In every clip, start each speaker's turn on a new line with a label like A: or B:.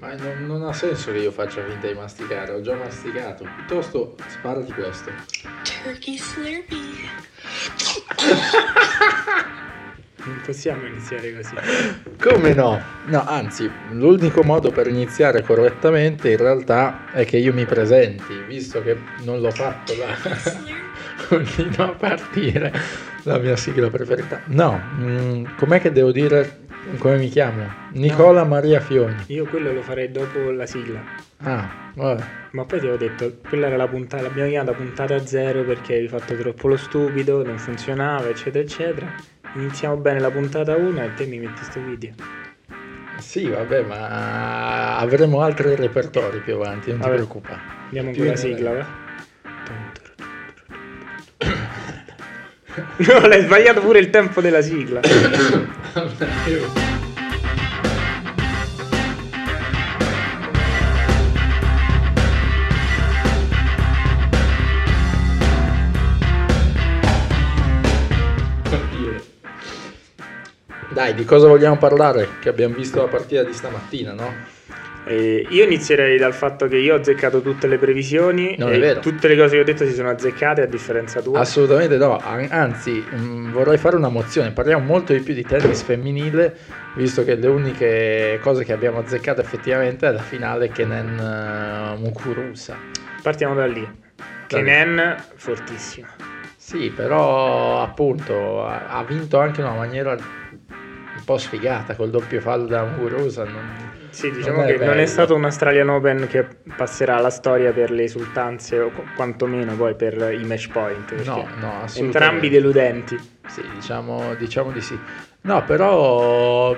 A: Ma non, non ha senso che io faccia finta di masticare, ho già masticato. Piuttosto sparati questo.
B: Turkey Slurpee.
C: Non possiamo iniziare così.
A: Come no? No, anzi, l'unico modo per iniziare correttamente in realtà è che io mi presenti, visto che non l'ho fatto la...
B: Slurpee.
A: Continua a partire la mia sigla preferita. No, mm, com'è che devo dire come mi chiamo? Nicola Maria Fioni.
C: Io quello lo farei dopo la sigla.
A: Ah, vabbè.
C: Ma poi ti avevo detto, quella era la puntata, l'abbiamo chiamata puntata zero perché hai fatto troppo lo stupido, non funzionava, eccetera, eccetera. Iniziamo bene la puntata 1 e te mi metti sto video.
A: Sì, vabbè, ma avremo altri repertori più avanti, non
C: Vabbè.
A: ti preoccupa.
C: Andiamo
A: Più
C: con la
A: in
C: sigla, va? No, l'hai sbagliato pure il tempo della sigla.
A: Dai, di cosa vogliamo parlare? Che abbiamo visto la partita di stamattina, no?
C: Eh, io inizierei dal fatto che io ho azzeccato tutte le previsioni
A: Non
C: e
A: è vero. Ah,
C: tutte le cose che ho detto si sono azzeccate a differenza tua.
A: Assolutamente no, an- anzi mh, vorrei fare una mozione, parliamo molto di più di tennis femminile, visto che le uniche cose che abbiamo azzeccato effettivamente è la finale Kenen eh, Mukurusa.
C: Partiamo da lì. Kenen fortissimo.
A: Sì, però appunto ha ha vinto anche in una maniera un po' sfigata col doppio fallo da Muguruza. non-
C: Sì, diciamo
A: Non è
C: che non
A: bello.
C: è stato un Australian Open che passerà alla storia per le esultanze o qu- quantomeno poi per i match point. perché
A: No, no, assolutamente.
C: entrambi deludenti.
A: Sì, diciamo, diciamo di sì. No, però è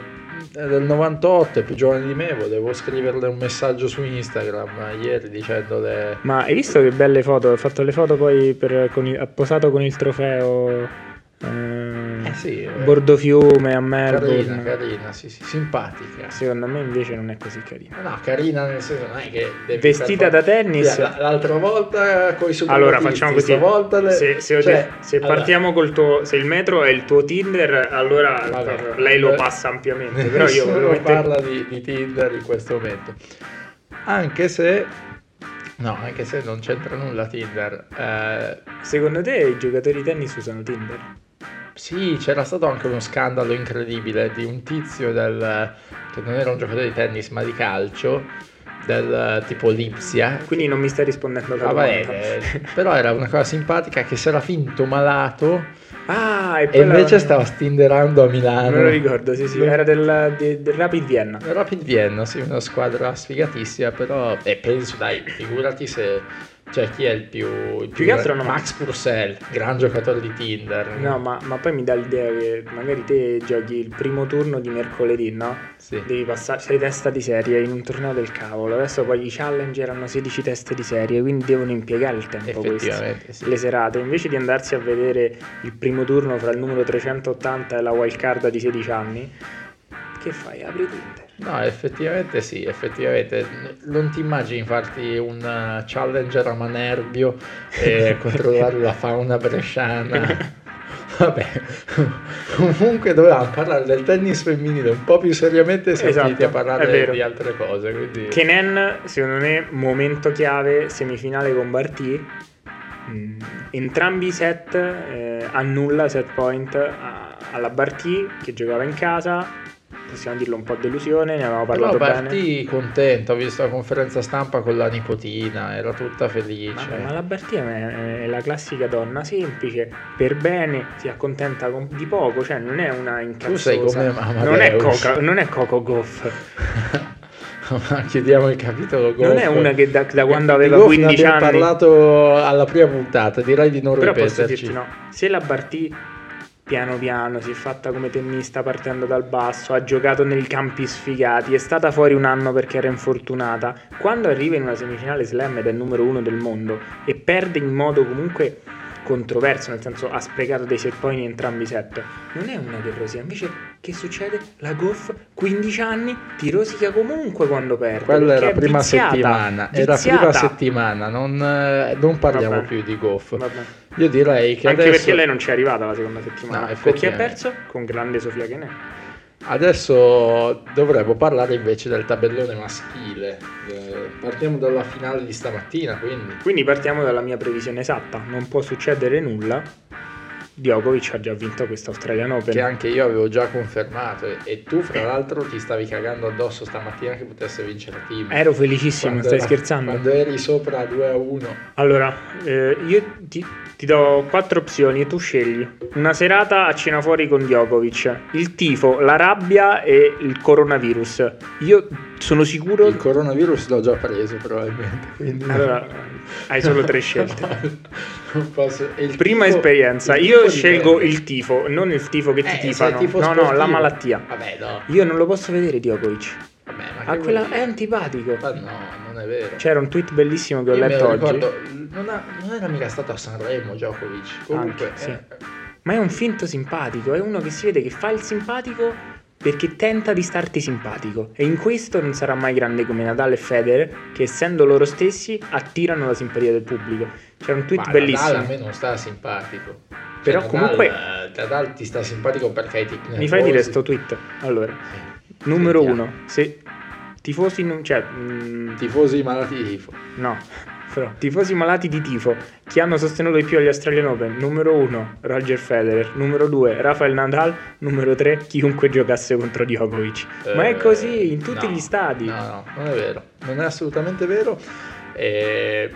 A: del 98, è più giovane di me, volevo scriverle un messaggio su Instagram ieri dicendole...
C: Ma hai visto che belle foto? Ha fatto le foto poi per, con il- ha posato con il trofeo eh,
A: Eh sì, eh.
C: Bordofiume a Melbourne.
A: Carina, carina, sì, sì, simpatica.
C: Secondo me invece non è così carina.
A: No, carina nel senso non è che... devi
C: Vestita
A: per
C: da
A: forza-
C: tennis.
A: Sì, la- l'altra volta con i superlativi,
C: Allora facciamo così.
A: stavolta le-
C: Se, se ho
A: cioè,
C: de- se
A: allora,
C: partiamo col tuo. Se il metro è il tuo Tinder, allora
A: Vabbè.
C: proprio lei lo passa ampiamente. Però io
A: Nessuno
C: volevo mettere-
A: parla di, di Tinder in questo momento. Anche se... No, anche se non c'entra nulla Tinder. Eh,
C: Secondo te i giocatori di tennis usano Tinder?
A: sì, c'era stato anche uno scandalo incredibile di un tizio del, che non era un giocatore di tennis ma di calcio, del eh, tipo Lipsia.
C: Quindi non mi stai rispondendo alla
A: Ah, vabbè,
C: domanda.
A: eh, però era una cosa simpatica che si era finto malato
C: Ah, e,
A: e
C: poi la-
A: invece stava stinderando a Milano.
C: Non lo ricordo, sì, sì.
A: Non-
C: Era del, di- del Rapid Vienna.
A: Rapid Vienna, sì, una squadra sfigatissima, però e penso, dai, figurati se cioè chi è il più il
C: Più che altro no.
A: Max Purcell, gran giocatore di Tinder.
C: No, ma, ma poi mi dà l'idea che magari te giochi il primo turno di mercoledì, no?
A: Sì.
C: Devi passare, sei testa di serie in un torneo del cavolo. Adesso poi i challenger hanno 16 teste di serie, quindi devono impiegare il tempo questi.
A: Effettivamente, sì.
C: Le serate, invece di andarsi a vedere il primo turno fra il numero 380 e la wildcard di 16 anni, che fai? Apri Tinder.
A: No, effettivamente sì, effettivamente. Non ti immagini farti un eh, challenger a Manerbio e controllare la fauna bresciana. Vabbè, comunque dovevamo parlare del tennis femminile un po' più seriamente e siamo
C: Esatto,
A: finiti a
C: è
A: parlare
C: vero.
A: di altre cose. Quindi...
C: Kenen, secondo me, momento chiave, semifinale con Barty. Mm, Entrambi i set eh, annulla set point a- alla Barty che giocava in casa. Possiamo dirlo un po' delusione, ne avevamo
A: Però
C: parlato bene.
A: partì contenta, ho visto la conferenza stampa con la nipotina, era tutta
C: Ma,
A: felice.
C: Cioè, ma la Barty è, è la classica donna semplice, per bene, si accontenta con- di poco, cioè non è una incazzosa.
A: tu sei come Amadeus.
C: non, è coca, non è Coco Goff.
A: ma chiudiamo il capitolo golf.
C: Non è una che da, da quando
A: Di
C: aveva
A: golf ne
C: 15
A: abbiamo
C: anni.
A: parlato alla prima puntata, direi di non
C: Però posso
A: ripeterci.
C: dirti no, se la Bartì piano piano si è fatta come tennista partendo dal basso, ha giocato nei campi sfigati, è stata fuori un anno perché era infortunata, quando arriva in una semifinale slam ed è il numero uno del mondo e perde in modo comunque controverso, nel senso ha sprecato dei set point in entrambi i set, non è una che rosica, invece che succede? La Goff 15 anni ti rosica comunque quando perde.
A: Quella
C: perché
A: era
C: è
A: prima
C: viziata,
A: settimana, era prima
C: viziata.
A: settimana, non, eh, non parliamo
C: Vabbè.
A: più di golf.
C: Vabbè.
A: Io direi che
C: Anche
A: adesso
C: perché lei non ci è arrivata la seconda
A: No,
C: settimana. con chi ha
A: effettivamente.
C: perso? Con grande Sofia Kenin.
A: Adesso dovremmo parlare invece del tabellone maschile. Eh, Partiamo dalla finale di stamattina, quindi.
C: Quindi partiamo dalla mia previsione esatta, non può succedere nulla. Djokovic ha già vinto questo Australian Open.
A: Che anche io avevo già confermato. E, e tu, fra l'altro, ti stavi cagando addosso stamattina che potesse vincere Tim.
C: Ero felicissimo,
A: Quando
C: stai
A: era-
C: scherzando?
A: Quando eri sopra 2 a 1.
C: Allora, eh, io ti, ti do quattro opzioni e tu scegli. Una serata a cena fuori con Djokovic, il tifo, la rabbia e il coronavirus. Io sono sicuro...
A: Il coronavirus l'ho già preso, probabilmente. Quindi...
C: Allora, hai solo tre scelte.
A: Non posso- e il
C: Prima
A: tifo-
C: esperienza,
A: il
C: io
A: tifo
C: scelgo
A: dipende.
C: il tifo, non il tifo che ti
A: Eh,
C: tifano.
A: se è tifo
C: no, no, la
A: sportivo.
C: malattia.
A: Vabbè, no.
C: Io non lo posso vedere Djokovic.
A: Vabbè, ma
C: Ah,
A: che
C: quella
A: vuol
C: è
A: dire?
C: antipatico.
A: Ma no, non è vero.
C: C'era un tweet bellissimo che ho
A: Io me
C: letto
A: lo
C: oggi.
A: ricordo, non, ha- non era mica stato a Sanremo Djokovic. Comunque,
C: Anche, sì.
A: eh,
C: Ma è un finto simpatico, è uno che si vede che fa il simpatico perché tenta di starti simpatico. E in questo non sarà mai grande come Nadal e Federer, che essendo loro stessi attirano la simpatia del pubblico. C'era un tweet
A: ma
C: bellissimo.
A: Nadal a me non sta simpatico. Cioè,
C: Però
A: Nadal,
C: comunque-
A: eh, Nadal ti sta simpatico perché hai tic
C: Mi fai dire sto tweet? Allora,
A: Eh,
C: numero uno, se tifosi non... cioè... mm,
A: Tifosi malati di tifo.
C: No, però tifosi malati di tifo chi hanno sostenuto di più agli Australian Open? Numero 1 Roger Federer, numero 2 Rafael Nadal, numero 3 chiunque giocasse contro Djokovic. Ma è
A: Eh,
C: così in tutti
A: no,
C: gli stadi.
A: No, no, non è vero, non è assolutamente vero. Eh,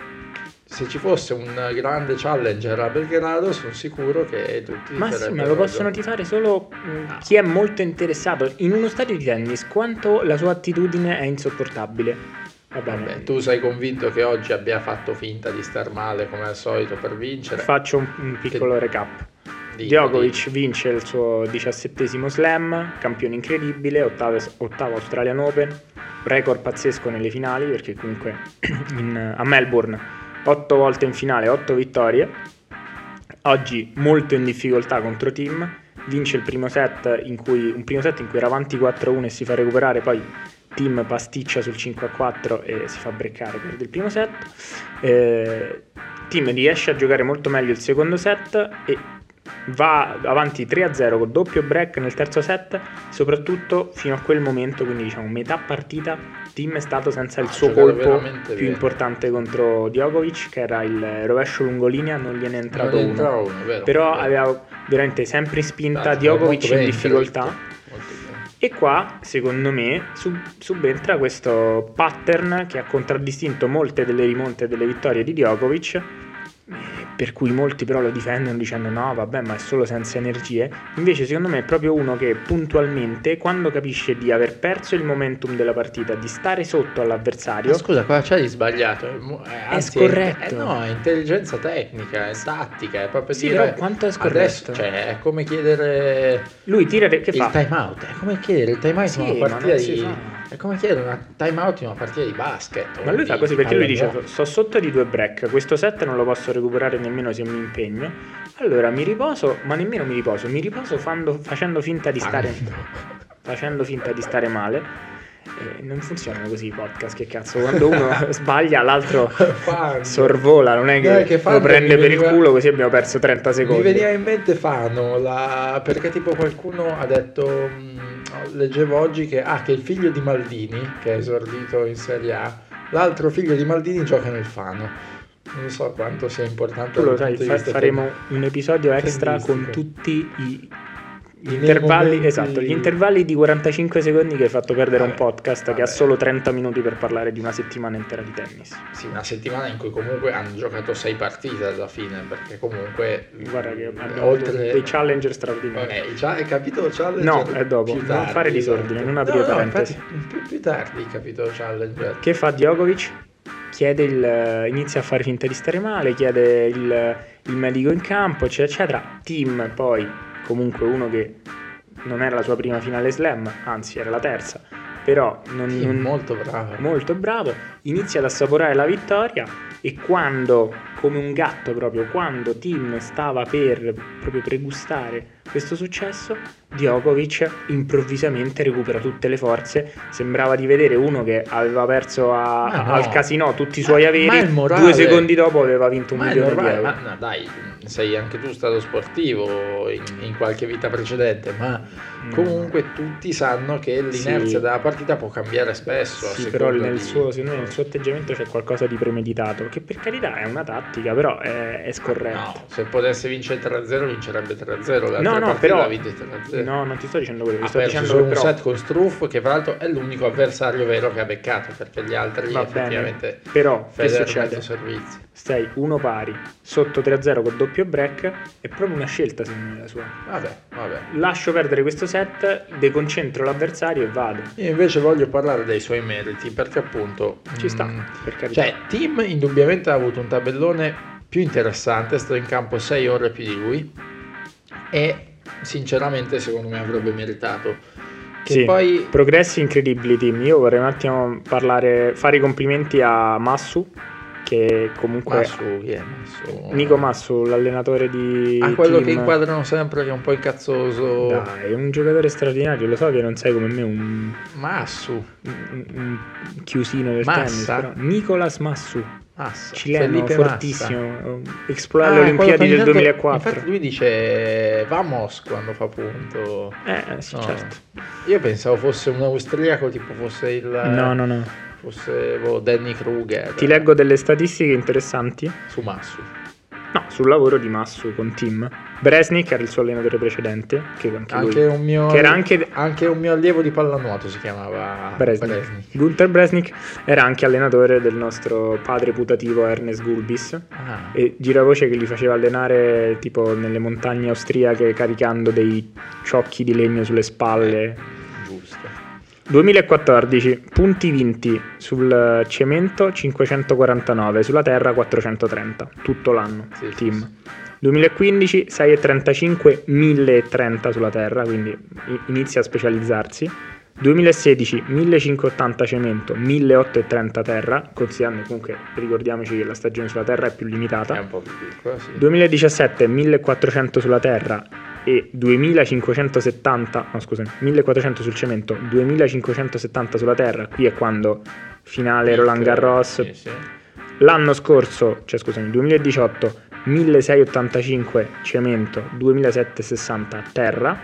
A: se ci fosse un grande challenger a Belgrado, sono sicuro che tutti.
C: Ma sì, ma
A: sarebbero
C: lo possono
A: già-
C: tifare solo mm,
A: No.
C: chi è molto interessato. In uno stadio di tennis, quanto la sua attitudine è insopportabile. Va bene.
A: Vabbè, tu sei convinto che oggi abbia fatto finta di star male come al solito per vincere?
C: Faccio un, un piccolo recap.
A: Dico,
C: Djokovic vince il suo diciassettesimo slam, campione incredibile, ottavo, ottavo Australian Open, record pazzesco nelle finali perché comunque in- a Melbourne 8 volte in finale, 8 vittorie, oggi molto in difficoltà contro Team, vince il primo set in cui, un primo set in cui era avanti 4-1 e si fa recuperare, poi Team pasticcia sul 5-4 e si fa breccare per il primo set. Eh, team riesce a giocare molto meglio il secondo set e va avanti 3-0 col doppio break nel terzo set, soprattutto fino a quel momento, quindi diciamo metà partita, Team è stato senza il
A: Ha
C: suo
A: giocato
C: colpo
A: Ah, veramente
C: più
A: bene.
C: importante contro Djokovic, che era il rovescio lungolinea, non gliene
A: Non
C: è entrato
A: ne
C: uno.
A: entrava uno, vero?
C: Però
A: Vero.
C: aveva veramente sempre spinta
A: Tanto,
C: Djokovic
A: molto
C: in
A: bene,
C: difficoltà.
A: certo. Molto bene.
C: E qua, secondo me, sub- subentra questo pattern che ha contraddistinto molte delle rimonte e delle vittorie di Djokovic, eh, per cui molti però lo difendono dicendo no, vabbè, ma è solo senza energie. Invece, secondo me, è proprio uno che puntualmente, quando capisce di aver perso il momentum della partita, di stare sotto all'avversario,
A: Ma scusa, cosa c'è di sbagliato? È, mo- è- anzi,
C: scorretto.
A: È, eh no, è intelligenza tecnica, è tattica, è proprio
C: Sì,
A: dire-
C: però quanto è scorretto?
A: Adesso, cioè, è come chiedere
C: lui tira che
A: il
C: fa?
A: time out. È come chiedere il time out
C: Sì,
A: in
C: ma
A: una partita
C: non si
A: di.
C: fa.
A: È come chiedere una time out in una partita di basket. o
C: Ma lui fa
A: di
C: così perché lui dice:
A: pallavolo.
C: Sto sotto di due break. Questo set non lo posso recuperare nemmeno se mi impegno. Allora mi riposo, ma nemmeno mi riposo. Mi riposo fando- facendo finta di stare. Facendo finta di stare male. E non funzionano così i podcast. Che cazzo, quando uno sbaglia, l'altro
A: Fando.
C: sorvola. Non è
A: No,
C: che,
A: è che
C: lo
A: Fando
C: prende
A: mi
C: per il
A: veniva-
C: culo, così abbiamo perso 30
A: Mi
C: secondi.
A: veniva in mente Fano, la- perché tipo qualcuno ha detto, mh, leggevo oggi che, ah, che il figlio di Maldini, che è esordito in Serie A, l'altro figlio di Maldini gioca nel Fano. Non so quanto sia importante.
C: Tu lo
A: dal
C: sai,
A: punto di
C: fa-
A: vista
C: faremo un episodio extra
A: tennistico.
C: con tutti i gli
A: I
C: intervalli,
A: momenti-
C: esatto, gli intervalli di 45 secondi che hai fatto perdere a un
A: Vabbè,
C: podcast che ha
A: vabbè.
C: solo 30 minuti per parlare di una settimana intera di tennis.
A: Sì, una settimana in cui comunque hanno giocato sei partite alla fine, perché comunque...
C: Guarda che
A: mh,
C: abbiamo avuto dei challenger straordinari.
A: Ok, Eh, già hai capito il challenge?
C: No, è dopo.
A: più
C: Non
A: tardi,
C: fare disordine, non aprire
A: no, no,
C: parentesi.
A: infatti, più, più tardi hai capito il challenge.
C: Che fa Djokovic? Chiede il, inizia a fare finta di stare male, chiede il, il medico in campo, eccetera, eccetera. Tim poi, comunque uno che non era la sua prima finale slam, anzi era la terza, però non,
A: Sì,
C: non-
A: molto bravo.
C: molto bravo, inizia ad assaporare la vittoria e quando, come un gatto proprio, quando Tim stava per proprio pregustare questo successo, Djokovic improvvisamente recupera tutte le forze. Sembrava di vedere uno che aveva perso a-
A: Ma no. Eh,
C: al casino tutti i suoi
A: Ma-
C: averi,
A: ma il morale-
C: due secondi dopo aveva vinto un
A: Ma è
C: milione di
A: normale,
C: euro.
A: ma no, dai, sei anche tu stato sportivo in, in qualche vita precedente, ma
C: Mm.
A: comunque tutti sanno che
C: Sì.
A: l'inerzia della partita può cambiare spesso. a
C: Sì,
A: seconda
C: però nel
A: di-
C: suo, secondo me nel suo atteggiamento c'è qualcosa di premeditato, che per carità è una tattica, però è, è scorretta.
A: No, se potesse vincere 3-0 vincerebbe 3-0, l'altra
C: No, no,
A: partita
C: però-
A: la vince 3-0.
C: No, non ti sto dicendo quello, ti
A: Ha
C: sto
A: perso
C: dicendo
A: solo
C: che
A: un
C: però...
A: set con Struff che fra l'altro è l'unico avversario vero che ha beccato perché gli altri
C: Va bene,
A: effettivamente
C: però che
A: Federer ha
C: succede?
A: mezzo servizio.
C: Stai uno pari, sotto 3-0 col doppio break, è proprio una scelta secondo me la sua.
A: Vabbè, vabbè.
C: Lascio perdere questo set, deconcentro l'avversario e vado.
A: Io invece voglio parlare dei suoi meriti perché appunto
C: Ci sta,
A: mm,
C: per carità.
A: Cioè, Tim indubbiamente ha avuto un tabellone più interessante, è stato in campo 6 ore più di lui e sinceramente secondo me avrebbe meritato. Che
C: Sì.
A: poi
C: Progressi incredibili, team. Io vorrei un attimo parlare, fare i complimenti a Massu, che comunque...
A: Massu, chi è Massu?
C: Nico Massu, l'allenatore di...
A: Ah, quello che
C: team.
A: inquadrano sempre che è un po' incazzoso.
C: Dai, è un giocatore straordinario, lo so che non sei come me un,
A: Massu,
C: un- un Mm, chiusino del
A: Massa?
C: tennis, però Nicolas Massu,
A: Massa,
C: cileno
A: Felipe Massa.
C: fortissimo,
A: Ah,
C: Explorer alle
A: quello che
C: Olimpiadi
A: ogni
C: del
A: tanto-
C: 2004.
A: Infatti lui dice vamos quando fa punto.
C: Eh, sì,
A: No.
C: certo.
A: Io pensavo fosse un austriaco, tipo fosse il
C: No, no, no.
A: fosse boh, Danny Kruger.
C: Ti leggo delle statistiche interessanti.
A: su Massu.
C: No, sul lavoro di Massu con Tim. Bresnik era il suo allenatore precedente, che anche,
A: Anche
C: lui.
A: un mio
C: Che era anche
A: anche un mio allievo di pallanuoto si chiamava
C: Bresnik.
A: Ah, Bresnik.
C: Gunther Bresnik era anche allenatore del nostro padre putativo Ernest Gulbis.
A: Ah,
C: E giravoce che li faceva allenare tipo nelle montagne austriache caricando dei ciocchi di legno sulle spalle.
A: giusto.
C: 2014, punti vinti sul cemento 549, sulla terra 430, tutto l'anno,
A: Sì, sì,
C: team. 2015 6,35, 1030 sulla terra, quindi i- inizia a specializzarsi. 2016 1580 cemento, 1830 terra, considerando comunque, ricordiamoci che la stagione sulla terra è più limitata.
A: È un po' più piccolo, sì.
C: 2017 1400 sulla terra e 2570, no scusami, 1400 sul cemento, 2570 sulla terra, qui è quando finale Roland Garros.
A: Sì, sì.
C: L'anno scorso, cioè scusami, 2018 1685 cemento, 2760 terra.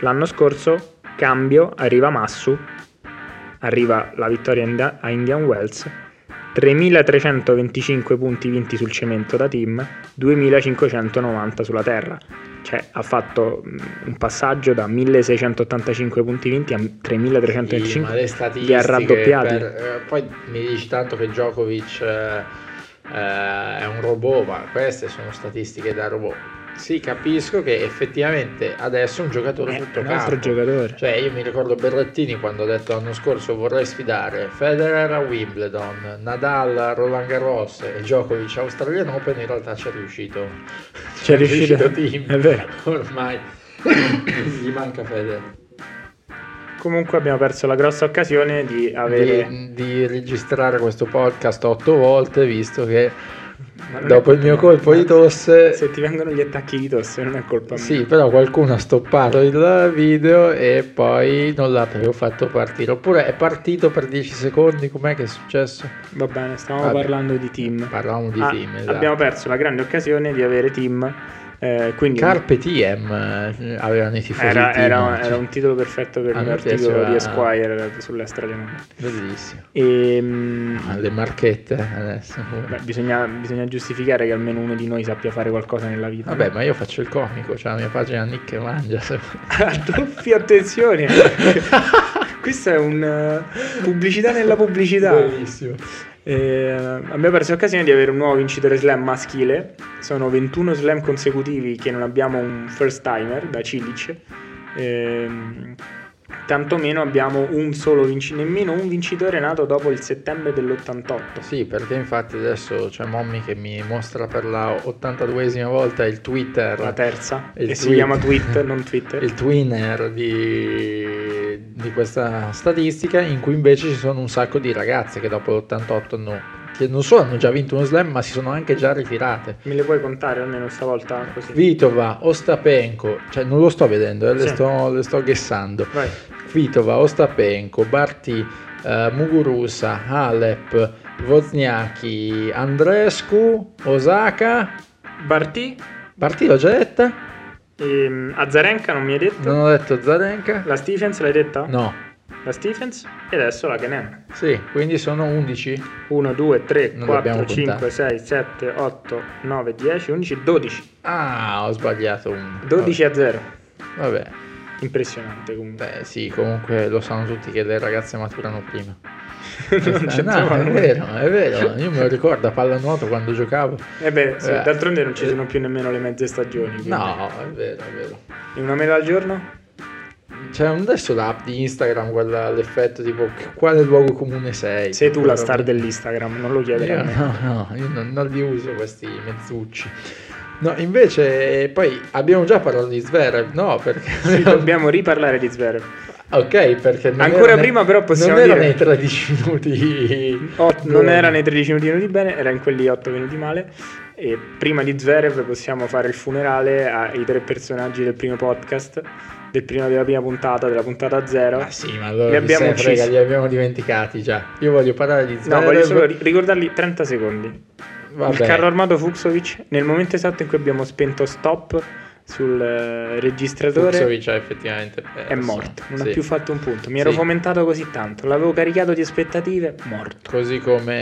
C: L'anno scorso cambio, arriva Massu, arriva la vittoria a India- a Indian Wells. 3325 punti vinti sul cemento da team, 2590 sulla terra. Cioè ha fatto mm, un passaggio da 1685 punti vinti a
A: Sì, ma
C: 3325.
A: le
C: li ha
A: statistiche
C: raddoppiati.
A: per- eh, poi mi dici tanto che Djokovic eh, eh, è un robot, ma queste sono statistiche da robot. Sì, capisco che effettivamente adesso è un giocatore
C: È
A: tutto
C: Eh, un altro
A: campo.
C: giocatore.
A: Cioè, io mi ricordo Berrettini quando ho detto l'anno scorso vorrei sfidare Federer a Wimbledon, Nadal a Roland Garros e Djokovic a Australian Open. In realtà ci è riuscito.
C: Ci è riuscito.
A: Tim.
C: È vero.
A: Ormai gli manca Federer.
C: Comunque abbiamo perso la grossa occasione di avere...
A: di, di registrare questo podcast otto volte visto che
C: Ma non è
A: dopo il
C: colpa
A: mio
C: mia.
A: colpo di tosse
C: Se ti vengono gli attacchi di tosse non è colpa mia.
A: sì però qualcuno ha stoppato il video e poi non l'ha proprio fatto partire oppure è partito per 10 secondi com'è che è successo
C: Va bene, stavamo
A: Vabbè.
C: parlando di team.
A: parlavamo di
C: Ah,
A: film esatto.
C: Abbiamo perso la grande occasione di avere team. eh, quindi
A: Carpe Diem eh, avevano i tifosi
C: era,
A: di
C: era-
A: Timoci.
C: era un titolo perfetto per
A: cioè. A
C: un
A: me
C: articolo
A: piaceva-
C: di Esquire sull'estera romana.
A: cioè, bellissimo Ah,
C: Ehm,
A: le marchette adesso
C: beh, bisogna, bisogna giustificare che almeno uno di noi sappia fare qualcosa nella vita.
A: vabbè ma io faccio il comico c'è la mia pagina Nick che mangia se vuoi.
C: A doppia attenzione. Questa è una pubblicità nella pubblicità.
A: bellissimo
C: Eh, abbiamo perso l'occasione di avere un nuovo vincitore slam maschile. Sono 21 slam consecutivi che non abbiamo un first timer da Cilic. Ehm, tantomeno abbiamo un solo vinci- nemmeno un vincitore nato dopo il settembre dell'88.
A: Eh Sì, perché infatti adesso c'è Mommy che mi mostra per la 82esima volta il Twitter,
C: La terza.
A: Eh, il
C: e si
A: tweet.
C: chiama tweet, non Twitter.
A: il twinner di, di questa statistica in cui invece ci sono un sacco di ragazze che dopo l'88 hanno che non solo hanno già vinto uno slam, ma si sono anche già ritirate.
C: Me le puoi contare almeno stavolta così?
A: Vitova, Ostapenko, cioè non lo sto vedendo, eh, le,
C: Sì.
A: sto, le sto guessando.
C: Vai.
A: Vitova, Ostapenko, Barti, eh, Muguruza, Halep, Wozniacki, Andrescu, Osaka.
C: Barti,
A: Barti l'ho già detta?
C: ehm, Azarenka non mi hai detto?
A: Non ho detto Zarenka?
C: La Stephens l'hai detta?
A: No.
C: La Stephens e adesso la Kenen.
A: Sì, quindi sono 11.
C: 1, 2, 3,
A: Non
C: 4,
A: dobbiamo
C: 5,
A: contare.
C: 6, 7, 8, 9, 10, 11, 12.
A: Ah, ho sbagliato un.
C: 12 a 0.
A: Vabbè. Vabbè.
C: Impressionante comunque.
A: Beh, sì, comunque lo sanno tutti che le ragazze maturano prima.
C: non
A: Eh,
C: c'entrava
A: no, è
C: nulla.
A: vero, è vero. Io me lo ricordo a pallanuoto quando giocavo.
C: Eh beh, sì,
A: Eh.
C: d'altronde non ci sono più nemmeno le mezze stagioni. quindi.
A: No, è vero, è vero.
C: In una mela al giorno?
A: C'è un- adesso l'app di Instagram, quella all'effetto tipo che- quale luogo comune sei?
C: Sei tu la
A: Quello-
C: star dell'Instagram, non lo chiedere
A: Io
C: a me.
A: no, no, io non, non li uso questi mezzucci. No, invece eh, poi abbiamo già parlato di Zverev, no? Perché
C: Sì, dobbiamo riparlare di Zverev.
A: Ok, perché non
C: Ancora
A: era nei-
C: prima però possiamo
A: non
C: dire-
A: era nei 13 minuti.
C: Oh, non
A: buoni.
C: era nei 13 minuti venuti bene, era in quelli 8 venuti male. E prima di Zverev possiamo fare il funerale ai tre personaggi del primo podcast, del primo- della prima puntata, della puntata zero.
A: Ah sì, ma allora
C: Li
A: li
C: abbiamo
A: abbiamo, frega,
C: uccisi.
A: li abbiamo dimenticati già. Io voglio parlare di
C: No,
A: Zverev.
C: voglio solo ri- ricordarli 30 secondi.
A: Vabbè.
C: Il carro armato Fuxovic, nel momento esatto in cui abbiamo spento stop sul eh, registratore,
A: Fucsovic ha eh, effettivamente
C: è
A: perso.
C: morto. Non
A: Sì.
C: ha più fatto un punto. Mi ero
A: Sì.
C: fomentato così tanto, l'avevo caricato di aspettative, morto.
A: Così come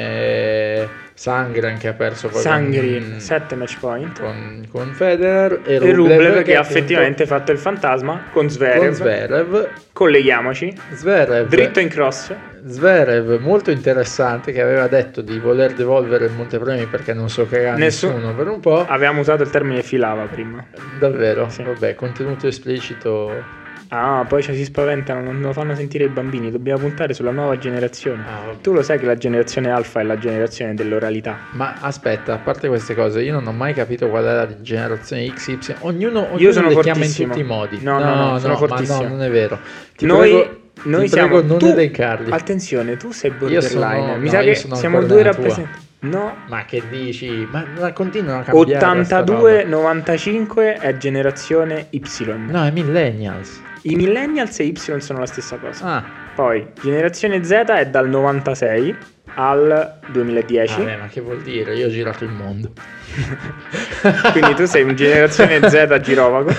A: eh, Sangren che ha perso poi
C: Sangrin,
A: con,
C: 7 match point.
A: con, con Federer e,
C: E Rublev che ha
A: appunto
C: effettivamente fatto il fantasma con Zverev.
A: con Zverev.
C: Colleghiamoci.
A: Zverev,
C: Dritto in cross.
A: Zverev molto interessante che aveva detto di voler devolvere il Montepremi perché non so che ha
C: Nessun-
A: nessuno per un po'.
C: Avevamo usato il termine filava prima.
A: Davvero,
C: Sì.
A: vabbè, contenuto esplicito.
C: Ah, poi ci si spaventano, non lo fanno sentire i bambini. Dobbiamo puntare sulla nuova generazione.
A: Ah, vabbè.
C: Tu lo sai che la generazione alfa è la generazione dell'oralità.
A: Ma aspetta, a parte queste cose, io non ho mai capito qual è la generazione XY. Ognuno, ognuno
C: Io sono
A: le chiama in
C: fortissimo.
A: tutti i modi.
C: No, no, no, sono
A: ma
C: fortissimo.
A: no, non è vero. Ti
C: noi
A: prego,
C: noi
A: ti
C: siamo
A: prego non
C: tu-
A: elencarli.
C: Attenzione, tu sei
A: Io sono-
C: borderline. Mi
A: no,
C: sa
A: io
C: che
A: sono
C: siamo
A: ancora
C: due
A: nella tua.
C: rappresentanti. No.
A: Ma che dici? Ma la continuano a cambiare. sta roba.
C: 82-95 è generazione Y.
A: No, è Millennials.
C: I millennials e Y sono la stessa cosa.
A: Ah,
C: Poi, generazione Z è dal 96 al 2010.
A: Ah, vabbè, ma che vuol dire? Io ho girato il mondo.
C: Quindi tu sei un generazione Z girovago.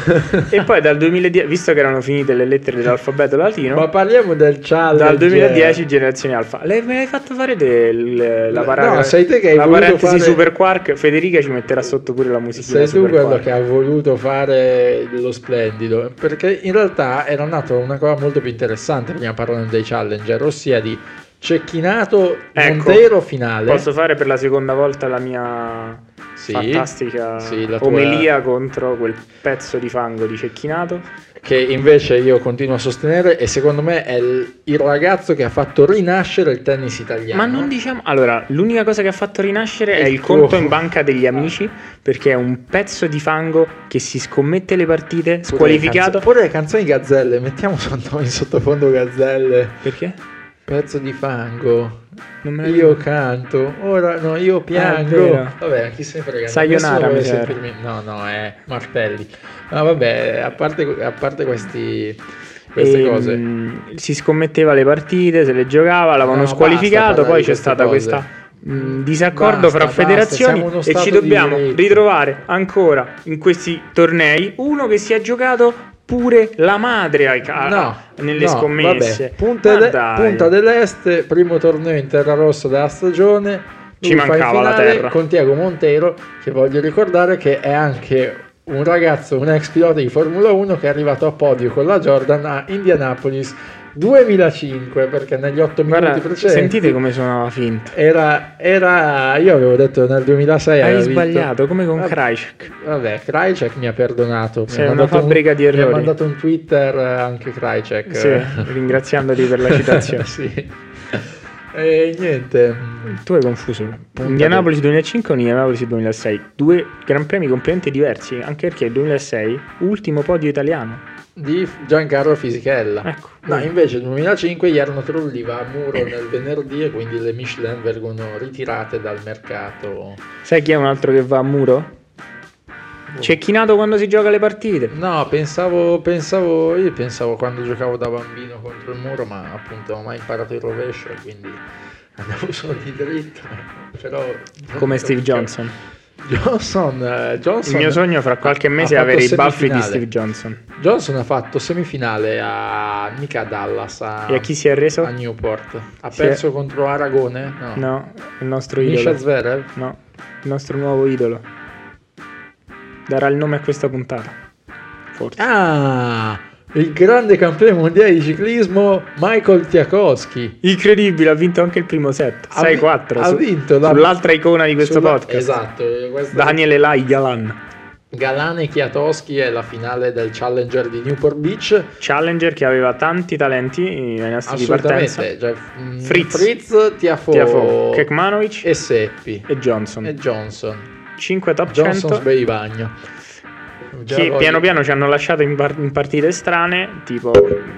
C: e poi dal 2010, visto che erano finite le lettere dell'alfabeto latino,
A: Ma parliamo del challenge.
C: dal 2010 generazione alfa. Lei me l'hai fatto fare del, la
A: No,
C: paragrafi.
A: sei te che hai
C: la
A: voluto
C: parentesi
A: fare-
C: super quark. Federica ci metterà sotto pure la musichina
A: Sei tu
C: super
A: quello
C: quark.
A: che ha voluto fare lo splendido, perché in realtà era nata una cosa molto più interessante prima parlando dei challenger, ossia di cecchinato
C: Ecco.
A: Montero finale.
C: Posso fare per la seconda volta la mia
A: Sì.
C: fantastica
A: Sì, la tua-
C: omelia contro quel pezzo di fango di Cecchinato?
A: Che invece io continuo a sostenere e secondo me è il, il ragazzo che ha fatto rinascere il tennis italiano.
C: Ma non diciamo. Allora, l'unica cosa che ha fatto rinascere è,
A: È
C: il
A: il tuo.
C: conto in banca degli amici. Perché è un pezzo di fango che si scommette le partite,
A: Pure
C: squalificato.
A: le canzo- Pure le canzoni gazzelle, mettiamo sotto- in sottofondo gazzelle,
C: Perché?
A: pezzo di fango.
C: Non me la
A: Io
C: ricordo. Ah,
A: canto, ora no, io piango.
C: vero.
A: vabbè, chi se ne frega.
C: Sayonara,
A: nessuno vuole
C: mi sa.
A: sentirmi- No, no, è martelli. Ma vabbè, a parte, a parte questi, queste
C: E,
A: cose.
C: mh, Ehm, Si scommetteva le partite, se le giocava, l'avano
A: No, basta
C: squalificato.
A: parlare
C: Poi
A: di
C: c'è
A: queste
C: stata
A: cose.
C: questa. mh, disaccordo
A: Basta,
C: fra
A: basta,
C: federazioni
A: siamo uno
C: e
A: stato
C: ci
A: di
C: dobbiamo
A: diritto.
C: ritrovare ancora in questi tornei uno che si è giocato pure la madre ai ca-
A: No,
C: Ah, nelle
A: no,
C: scommesse
A: vabbè. Punta,
C: Ma
A: de-
C: dai.
A: Punta dell'Est, primo torneo in terra rossa della stagione.
C: Ci
A: Lui fa in
C: mancava la
A: finale
C: terra.
A: Con Tiago Montero, che voglio ricordare che è anche un ragazzo, un ex pilota di Formula 1 che è arrivato a podio con la Jordan a Indianapolis 2005, perché negli 8
C: Guarda,
A: minuti precedenti...
C: sentite come suonava finto.
A: Era, era- io avevo detto nel 2006
C: Hai
A: aveva vinto-
C: sbagliato, come con
A: Eh, Vabbè.
C: Krajcik.
A: Vabbè, Krajcek mi ha perdonato. Mi
C: Sei
A: ha
C: una
A: mandato un-
C: fabbrica di
A: Mi
C: errori.
A: ha mandato un Twitter eh, anche Krajcek.
C: Sì, ringraziandoti per la citazione.
A: Sì. E niente.
C: Tu hai confuso. Indianapolis 2005 e Indianapolis 2006. Due gran premi completamente diversi, anche perché il 2006 ultimo podio italiano.
A: Di Giancarlo Fisichella.
C: Ecco.
A: No, invece nel 2005 gli erano trolliva a muro nel venerdì e quindi le Michelin vengono ritirate dal mercato.
C: Sai chi è un altro che va a muro?
A: Boh.
C: Cecchinato quando si gioca le partite.
A: No, pensavo, pensavo, io pensavo quando giocavo da bambino contro il muro, ma appunto non ho mai imparato il rovescio, quindi andavo solo di dritto. Però,
C: Come Steve Johnson.
A: Johnson, eh, Johnson-
C: Il mio sogno fra qualche mese è
A: ha fatto
C: avere i baffi di
A: semifinale.
C: Steve Johnson.
A: Johnson ha fatto semifinale a mica a Dallas a,
C: E a chi si è reso?
A: a Newport. Ha
C: Si è-
A: perso contro Aragone? No.
C: No, il nostro
A: Misha
C: idolo.
A: Zverev?
C: No, il nostro nuovo idolo. Darà il nome a questa puntata. Forse.
A: Ah, il grande campione mondiale di ciclismo Michael Tiakowski.
C: Incredibile, ha vinto anche il primo set.
A: Ha
C: 6-4.
A: vi- ha vinto la-
C: Sull'altra icona di questo
A: Sulla-
C: podcast.
A: Esatto, eh, questa-
C: Daniel Elai Galan.
A: Galane Kwiatkowski è la finale del Challenger di Newport Beach.
C: Challenger che aveva tanti talenti nei nastri di partenza.
A: Assolutamente, cioè, mm,
C: Fritz.
A: Fritz Tiafo,
C: Tiafoe, Kekmanovic
A: e Seppi
C: e Johnson.
A: e Johnson.
C: 5 top
A: Johnson
C: 100
A: sbevagno.
C: che piano piano ci hanno lasciato in, par- in partite strane, tipo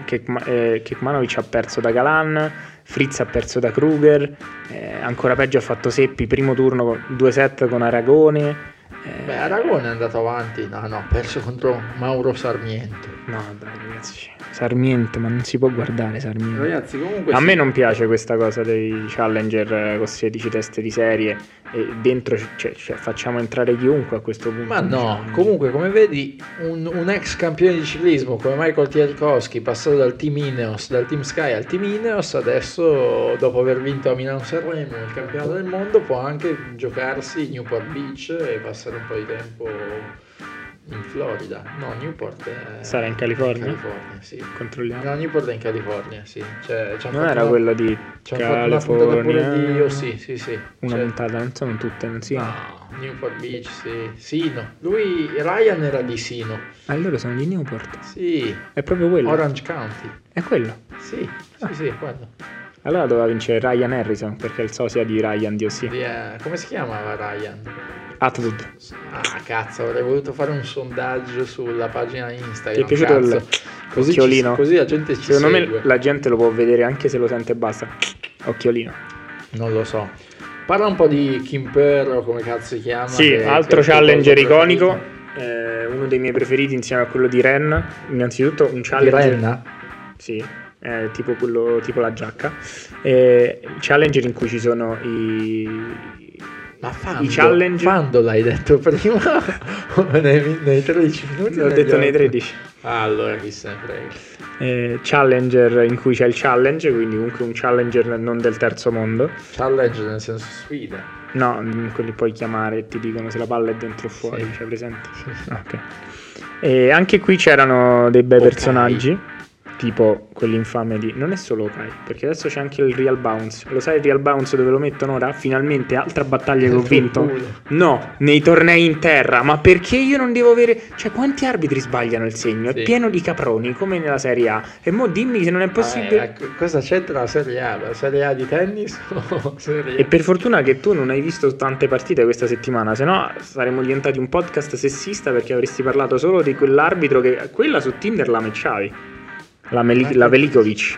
C: Kekma- eh, Kekmanovic ha perso da Galan, Fritz ha perso da Kruger, eh, ancora peggio ha fatto Seppi, primo turno con 2 set con Aragone. eh,
A: Beh, Aragone è andato avanti. No, no, ha perso contro Mauro Sarmiento.
C: No, dai ragazzi, Sarmiento, ma non si può guardare Sarmiento.
A: Ragazzi, comunque
C: A me non piace questa cosa dei challenger eh, con 16 teste di serie e dentro c- cioè, cioè, facciamo entrare chiunque a questo punto.
A: Ma no,
C: diciamo.
A: comunque come vedi un, un ex campione di ciclismo come Michael Tiatkowski passato dal team Ineos, dal team Sky al team Ineos, adesso dopo aver vinto a Milano Sanremo il campionato del mondo può anche giocarsi Newport Beach e passare un po' di tempo in Florida. No, Newport è...
C: Sarà in California?
A: California, sì.
C: Controlliamo.
A: No, Newport è in California, sì. Cioè, ci hanno
C: non
A: fatto
C: era
A: una-
C: quello di
A: Ci hanno fatto una puntata
C: California.
A: pure di... Io sì, sì, sì.
C: Una
A: Cioè-
C: puntata, non sono tutte, non si chiama.
A: No, Newport Beach, sì. Sino. Lui, Ryan era di Sino.
C: Allora sono di Newport.
A: Sì.
C: È proprio quello. Ah.
A: Orange County.
C: È quello.
A: Sì, sì, sì, è quello.
C: Allora doveva vincere Ryan Harrison perché è il sosia di Ryan DOC.
A: Di, eh, come si chiamava Ryan?
C: Atwood.
A: Ah, cazzo, avrei voluto fare un sondaggio sulla pagina Instagram.
C: Ti è piaciuto il
A: Eh, cazzo. Così, ci-
C: occhiolino?
A: così la gente ci
C: Secondo
A: segue.
C: me la gente lo può vedere anche se lo sente e basta. Occhiolino.
A: Non lo so. Parla un po' di Kim Perro, come cazzo si chiama.
C: Sì,
A: che-
C: altro
A: che- che
C: challenger
A: cosa
C: iconico,
A: preferite.
C: eh, uno dei miei preferiti insieme a quello di Ren. Innanzitutto un
A: Di
C: challenger...
A: Renna?
C: Sì, eh, tipo, quello, tipo la giacca. Eh, il challenger in cui ci sono i...
A: Ma Fando,
C: I challenge...
A: Fando l'hai detto prima nei, nei 13 minuti?
C: L'ho
A: Negli
C: detto nei
A: altri?
C: 13.
A: Ah, Allora chi se ne frega.
C: Eh, challenger in cui c'è il challenge, quindi comunque un challenger non del terzo mondo.
A: Challenge nel senso sfida.
C: No, mm, quelli puoi chiamare e ti dicono se la palla è dentro o fuori,
A: Sì.
C: cioè presente. Ok. E anche qui c'erano dei bei
A: Okai.
C: personaggi, tipo quell'infame di... Non è solo Okai, perché adesso c'è anche il Real Bounce. Lo sai il Real Bounce dove lo mettono ora? Finalmente, altra battaglia che ho vinto. No, nei tornei in terra, ma perché io non devo avere... Cioè, quanti arbitri sbagliano il segno? È
A: Sì.
C: pieno di caproni, come nella Serie A. E mo dimmi se non è possibile...
A: Ah, Eh, ecco, cosa c'entra la Serie A? La Serie A di tennis? o serie
C: E per fortuna che tu non hai visto tante partite questa settimana, se no saremmo diventati un podcast sessista perché avresti parlato solo di quell'arbitro che quella su Tinder la matchavi. La, Meli- la Velikovic.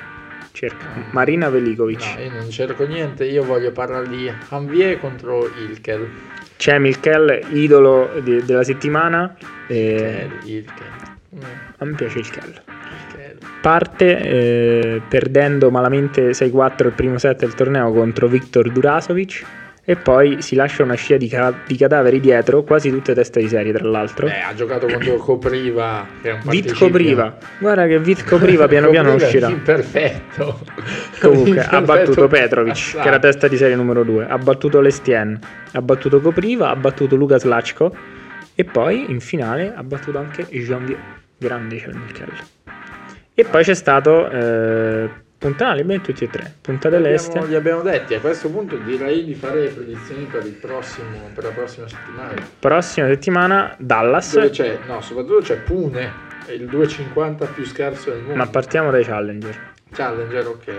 C: Cerca. Marina Velikovic.
A: No, io non cerco niente, io voglio parlare di Hanvier contro Ilkel.
C: C'è Milkel, idolo di- della settimana. E...
A: Ilkel, Cioè, Ilkel. Mm,
C: A me piace il Kel.
A: Ilkel.
C: Parte eh, perdendo malamente 6-4 il primo set del torneo contro Viktor Durasovic. E poi si lascia una scia di, ca- di cadaveri dietro, quasi tutte teste di serie tra l'altro.
A: Beh, ha giocato contro Copriva. Che è un
C: Vitco
A: participio.
C: Priva, eh. guarda che Vitco Priva piano piano
A: Copriva è
C: uscirà.
A: Imperfetto.
C: Comunque ha
A: Imperfetto
C: battuto Petrovic,
A: passato.
C: che era testa di serie numero 2, ha battuto Lestien, ha battuto Copriva, ha battuto Luca Slachko e poi in finale ha battuto anche Jean-Vier, grande c'è il Michel. E poi c'è stato eh, Puntanale, bene tutti e tre, Punta
A: Li
C: dell'Est.
A: abbiamo, li abbiamo detti, a questo punto direi di fare le predizioni per, il prossimo, per la prossima settimana.
C: Prossima settimana
A: Dove
C: Dallas,
A: c'è, no, soprattutto c'è Pune, è il 2,50 più scarso del mondo.
C: ma partiamo dai Challenger.
A: Challenger, ok.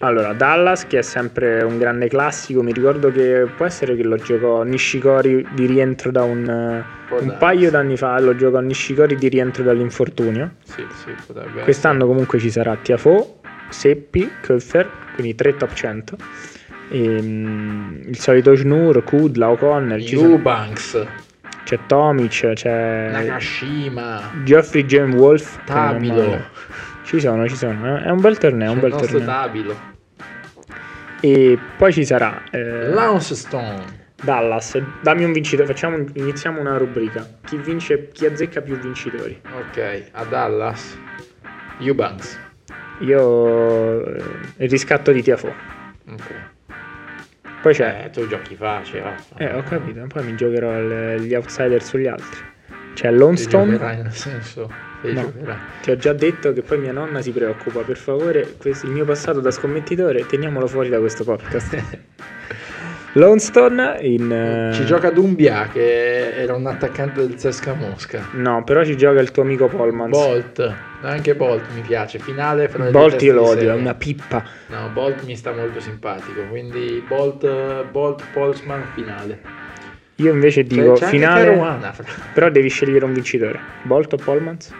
C: Allora, Dallas, che è sempre un grande classico, mi ricordo che può essere che lo giocò Nishikori di rientro da un,
A: Può
C: un
A: darsi.
C: paio d'anni fa, lo giocò Nishikori di rientro dall'infortunio.
A: Sì, sì, potrebbe
C: Quest'anno comunque ci sarà Tiafo, Seppi, Köffer, quindi tre top 100. Ehm, il solito Schnur, Kudla, O'Connell, ci Eh, sono-
A: Eubanks,
C: c'è Tomic, c'è
A: Nakashima,
C: Geoffrey James Wolf, che non è
A: Tabilo. Cioè,
C: male. Ci sono, ci sono, eh. è un bel torneo, è un
A: il
C: bel
A: nostro
C: torneo.
A: Tabilo.
C: E poi ci sarà eh,
A: Lance Stone.
C: Dallas. Dammi un vincitore, facciamo un- iniziamo una rubrica. Chi vince, chi azzecca più vincitori.
A: Ok, a Dallas. Eubanks.
C: Io eh, il riscatto di Tiafo.
A: Ok.
C: Poi
A: Cioè,
C: c'è
A: tu giochi facile. va.
C: Eh, ho capito, poi mi giocherò il- gli outsider sugli altri.
A: Ti
C: C'è
A: giocherai,
C: Longstone,
A: nel senso, ti
C: No.
A: giocherai.
C: ti ho già detto che poi mia nonna si preoccupa, per favore, questo- il mio passato da scommettitore, teniamolo fuori da questo podcast. Longstone in... eh,
A: Ci gioca Dumbia che era un attaccante del Zesca Mosca.
C: No, però ci gioca il tuo amico Polman.
A: Bolt, anche Bolt mi piace. Finale fra le due
C: Bolt
A: teste
C: io
A: di
C: lo odio, è
A: serie.
C: una pippa.
A: No, Bolt mi sta molto simpatico, quindi Bolt, Bolt Polsman finale.
C: Io invece
A: Cioè,
C: dico
A: c'è anche
C: finale,
A: Caruana fra-
C: però devi scegliere un vincitore. Bolt o Polmans?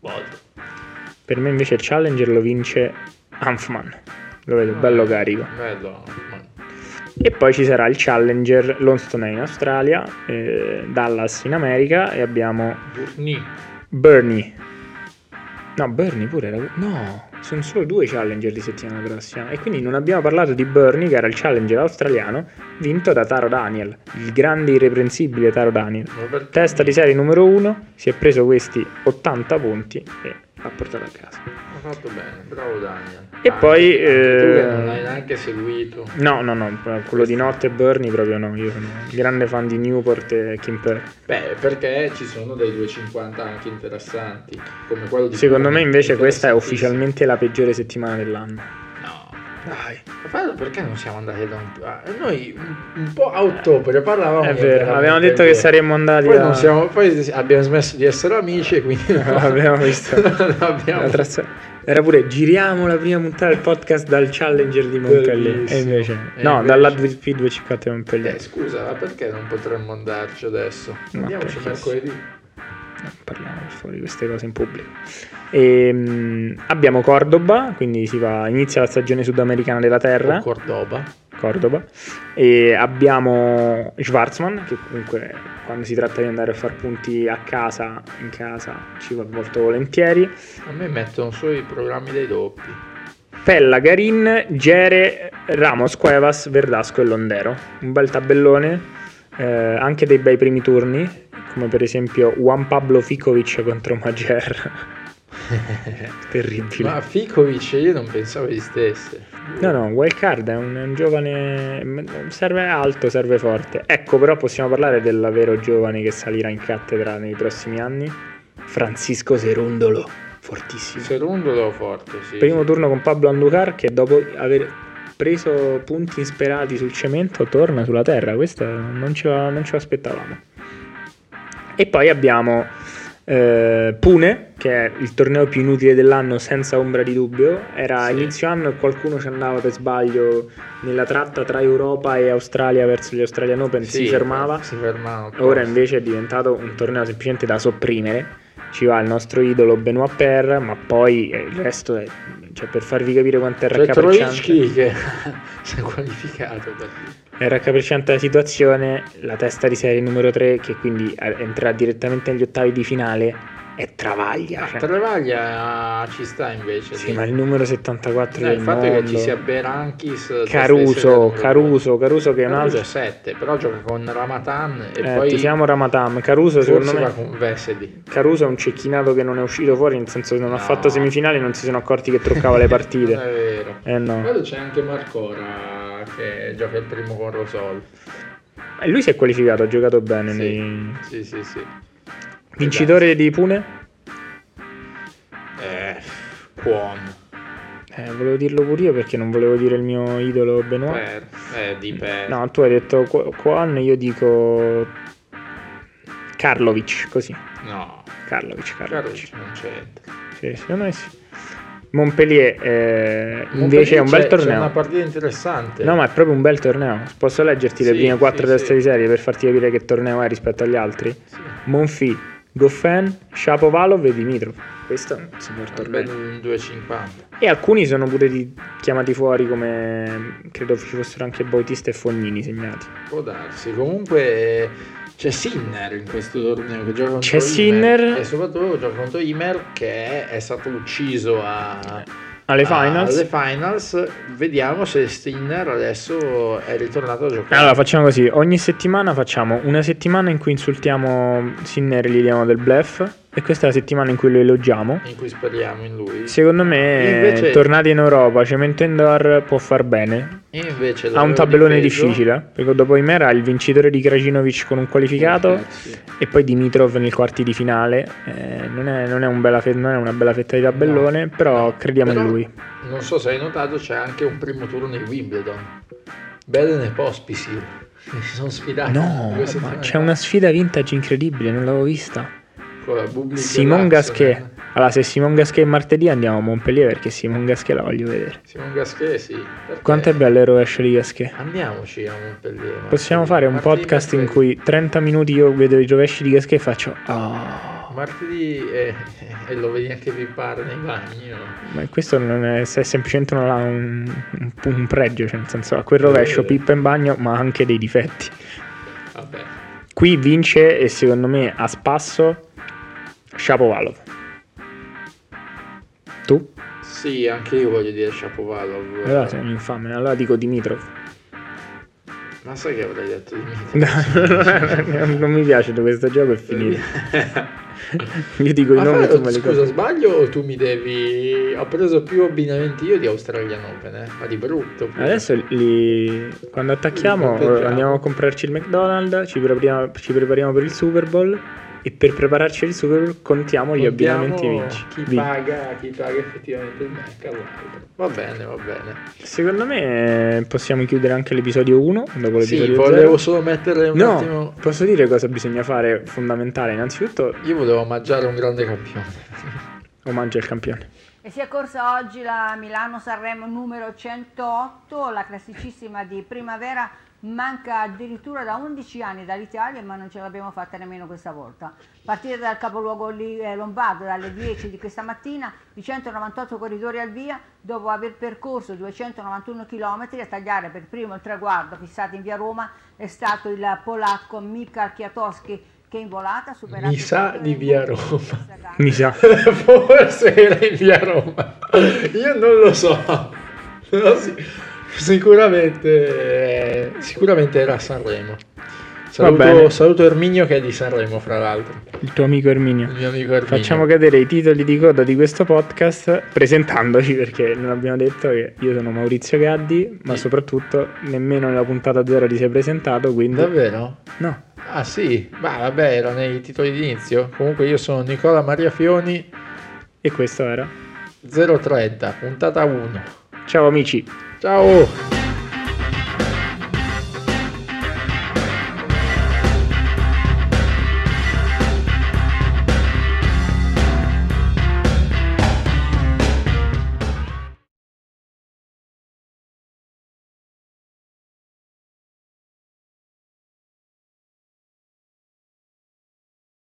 A: Bolt.
C: Per me invece il challenger lo vince Hanfman. Lo vedo bello
A: Ah.
C: carico.
A: Bello. ma-
C: E poi ci sarà il challenger Lonston in Australia, eh, Dallas in America e abbiamo
A: Burni.
C: Bernie. No, Bernie pure era... No, sono solo due challenger di settimana prossima. E quindi non abbiamo parlato di Bernie, che era il challenger australiano, vinto da Taro Daniel, il grande irreprensibile Taro Daniel.
A: Robert
C: Testa di serie numero 1, si è preso questi 80 punti e l'ha portato a casa.
A: Ha fatto bene, bravo Daniel.
C: E poi,
A: anche tu che
C: eh,
A: non l'hai neanche seguito.
C: No, no, no, quello di Notte e Bernie proprio no, io sono un grande fan di Newport e Kimper.
A: Beh, perché ci sono dei 250 anche interessanti, come quello di
C: Secondo
A: Puma,
C: me invece questa è
A: interessantissimo.
C: ufficialmente la peggiore settimana dell'anno.
A: No, dai. Ma Paolo, perché non siamo andati da un... ah, Noi un, un po' a ottobre parlavamo...
C: È
A: di
C: vero,
A: andare
C: avevamo
A: a
C: detto
A: vedere.
C: che saremmo andati
A: Poi,
C: a...
A: non siamo- poi abbiamo smesso di essere amici e quindi...
C: Abbiamo visto.
A: Non abbiamo-
C: L'altra se- Era pure giriamo la prima puntata del podcast dal Challenger di Montpellier. E
A: Bellissimo.
C: invece...
A: E
C: no,
A: invece-
C: dall'ADP 250 di
A: Eh,
C: Montpellier.
A: scusa, ma perché non potremmo andarci adesso?
C: Ma
A: Andiamoci
C: perché sì.
A: mercoledì.
C: Non parliamo per favore di queste cose in pubblico. Ehm, abbiamo Cordoba, quindi si va, inizia la stagione sudamericana della Terra.
A: O Cordoba.
C: Cordoba e abbiamo Schwarzman che comunque quando si tratta di andare a far punti a casa in casa ci va molto volentieri
A: A me mettono solo i programmi dei doppi.
C: Pella, Garin, Gere, Ramos, Cuevas, Verdasco e Londero un bel tabellone eh, anche dei bei primi turni come per esempio Juan Pablo Ficovic contro Mager terribile
A: Ma Fikovic io non pensavo esistesse.
C: No, no, Wildcard è un, è un giovane. Serve alto, serve forte. Ecco, però possiamo parlare del vero giovane che salirà in cattedra nei prossimi anni. Francisco Serundolo, fortissimo.
A: Serundolo forte, sì.
C: Primo
A: sì.
C: turno con Pablo Anducar che dopo aver preso punti insperati sul cemento torna sulla terra. Questo non ce lo, non ce lo aspettavamo. E poi abbiamo eh, Pune, che è il torneo più inutile dell'anno senza ombra di dubbio. Era
A: Sì.
C: inizio anno e qualcuno ci andava per sbaglio nella tratta tra Europa e Australia verso gli Australian Open, si
A: Sì,
C: fermava.
A: Si fermava.
C: Ora invece è diventato un torneo semplicemente da sopprimere. Ci va il nostro idolo Benoit Per, ma poi eh, il resto è. Cioè, per farvi capire quanto è
A: C'è
C: raccapricciante,
A: Troicki che si è qualificato per
C: è raccapricciante la situazione. La testa di serie numero 3, che quindi eh, entrerà direttamente negli ottavi di finale, è Travaglia. cioè.
A: Travaglia eh, ci sta invece.
C: Sì,
A: Ah, sì.
C: ma il numero 74
A: No,
C: del
A: il fatto è che ci
C: mondo.
A: sia Berankis testa di serie
C: Caruso,
A: numero
C: Caruso, Caruso che è un
A: Caruso
C: altro.
A: è 7, però gioca con Ramatan e
C: Eh,
A: poi
C: tifiamo Ramatam. Caruso,
A: forse
C: secondo me.
A: va con Vesely.
C: Caruso è un cecchinato che non è uscito fuori, nel senso che non ha
A: No.
C: fatto semifinali, non si sono accorti che truccava le
A: non
C: partite.
A: è vero.
C: Eh no.
A: Poi c'è anche Marcora che gioca il primo con Rosol.
C: E Eh, lui si è qualificato, ha giocato bene.
A: Sì.
C: nei-
A: Sì, sì, sì.
C: Vincitore di Pune?
A: Eh, Kwon.
C: Eh, volevo dirlo pure io perché non volevo dire il mio idolo Benoit.
A: Per, eh, di Per.
C: No, tu hai detto Qu- Quan, io dico Karlovic, così.
A: No,
C: Karlovic, Karlovic.
A: Caruso non c'entra.
C: Sì, secondo me sì. Montpellier eh, invece è un bel
A: c'è- C'è una
C: torneo.
A: partita interessante.
C: No, ma è proprio un bel torneo. Posso leggerti le
A: Sì,
C: prime
A: sì,
C: quattro
A: sì.
C: teste di serie per farti capire che torneo è rispetto agli altri?
A: Sì.
C: Monfi, Goffin, Shapovalov e Dimitrov. Questo è un signor
A: Ben
C: torneo.
A: un 2,50.
C: E alcuni sono pure di- chiamati fuori come credo ci fossero anche Bautista e Fognini segnati.
A: Può darsi. Comunque eh, c'è Sinner in questo torneo che gioca contro
C: C'è
A: Ymer,
C: Sinner.
A: E soprattutto gioca contro Imer che è stato ucciso a...
C: Alle
A: a-
C: finals.
A: Ah, alle finals. Vediamo se Sinner adesso è ritornato a giocare.
C: Allora facciamo così, ogni settimana facciamo una settimana in cui insultiamo Sinner e gli diamo del bluff e questa è la settimana in cui lo elogiamo.
A: In cui speriamo in lui.
C: Secondo me
A: Invece-
C: tornati in Europa, Cemento Indoor può far bene.
A: E invece
C: Ha un
A: l'avevo
C: tabellone
A: difeso.
C: difficile, perché dopo Imer ha il vincitore di Krajinovic con un qualificato
A: Eh, sì.
C: e poi Dimitrov nel quarti di finale. Eh, non, è, non è un bella fe- non è una bella fetta di tabellone, però crediamo
A: Però-
C: in lui.
A: Non so se hai notato, c'è anche un primo turno di Wimbledon. Belen e Pospisil si sono sfidati.
C: No,
A: due
C: ma
A: settimane
C: c'è
A: fa
C: una sfida vintage incredibile, non l'avevo vista.
A: con la Bublik e Laxman.
C: Simon Gasquet. Allora, se Simon Gasquet è martedì andiamo a Montpellier perché Simon Gasquet la voglio vedere.
A: Simon Gasquet, sì. Perché
C: Quanto è bello il rovescio di Gasquet.
A: Andiamoci a Montpellier.
C: Possiamo
A: martedì.
C: fare un
A: Martedì
C: podcast in
A: Gasquet.
C: cui 30 minuti io vedo i rovesci di Gasquet e faccio "Ah".
A: Martedì eh, e lo vedi anche pippare nei bagni. no?
C: Ma questo non è, se è semplicemente non ha un, un- un pregio, cioè nel senso a quel rovescio
A: vedere.
C: pippa in bagno ma ha anche dei difetti.
A: Vabbè.
C: Qui vince e secondo me a spasso Shapovalov. Tu?
A: Sì, anche io voglio dire Shapovalov.
C: Allora sei un infame, allora dico Dimitrov.
A: Ma sai che avrei detto di me?
C: No, non mi piace questo gioco è finito. Io dico i
A: Ma fai-
C: nomi e tu me li
A: scusa,
C: ricordi.
A: sbaglio o tu mi devi... Ho preso più abbinamenti io di Australian Open, eh? ma di brutto. pure.
C: Adesso li... quando
A: Li
C: attacchiamo
A: conteggiamo.
C: andiamo a comprarci il McDonald's, ci prepariamo, ci prepariamo per il Super Bowl e per prepararci il Super Bowl contiamo gli
A: Contiamo
C: abbinamenti vinci.
A: Chi
C: vinci.
A: paga, chi paga effettivamente il Mac all'altro. Va bene, va bene.
C: Secondo me eh, possiamo chiudere anche l'episodio 1 dopo
A: Sì,
C: l'episodio 0.
A: volevo solo mettere un
C: No,
A: attimo...
C: posso dire cosa bisogna fare fondamentale? Innanzitutto
A: Io volevo omaggiare un grande campione.
C: omaggio al campione.
D: E si è corsa oggi la Milano-Sanremo numero 108, la classicissima di primavera, manca addirittura da 11 anni dall'Italia ma non ce l'abbiamo fatta nemmeno questa volta. Partire dal capoluogo li- eh, lombardo dalle 10 di questa mattina, i 198 corridori al via, dopo aver percorso 291 km a tagliare per primo il traguardo fissato in via Roma è stato il polacco Mikhail Kwiatkowski che in volata ha superato...
A: Mi
D: il
A: sa
D: record
A: di
D: del
A: via
D: mondo in
A: Roma.
D: questa gara.
C: Mi sa.
A: Forse era in via Roma. Io non lo so. Però sì, sicuramente, eh, sicuramente era a Sanremo. Saluto,
C: bene.
A: saluto Erminio che è di Sanremo, fra l'altro.
C: Il tuo amico Erminio.
A: Il mio amico Erminio.
C: Facciamo cadere i titoli di coda di questo podcast presentandoci perché non abbiamo detto che io sono Maurizio Gaddi, ma
A: Sì.
C: soprattutto nemmeno nella puntata zero ti sei presentato, quindi
A: Davvero?
C: no.
A: Ah sì, ma vabbè, era nei titoli d'inizio. Comunque io sono Nicola Maria Fioni,
C: E questo era.
A: 030, puntata 1.
C: Ciao amici.
A: Ciao!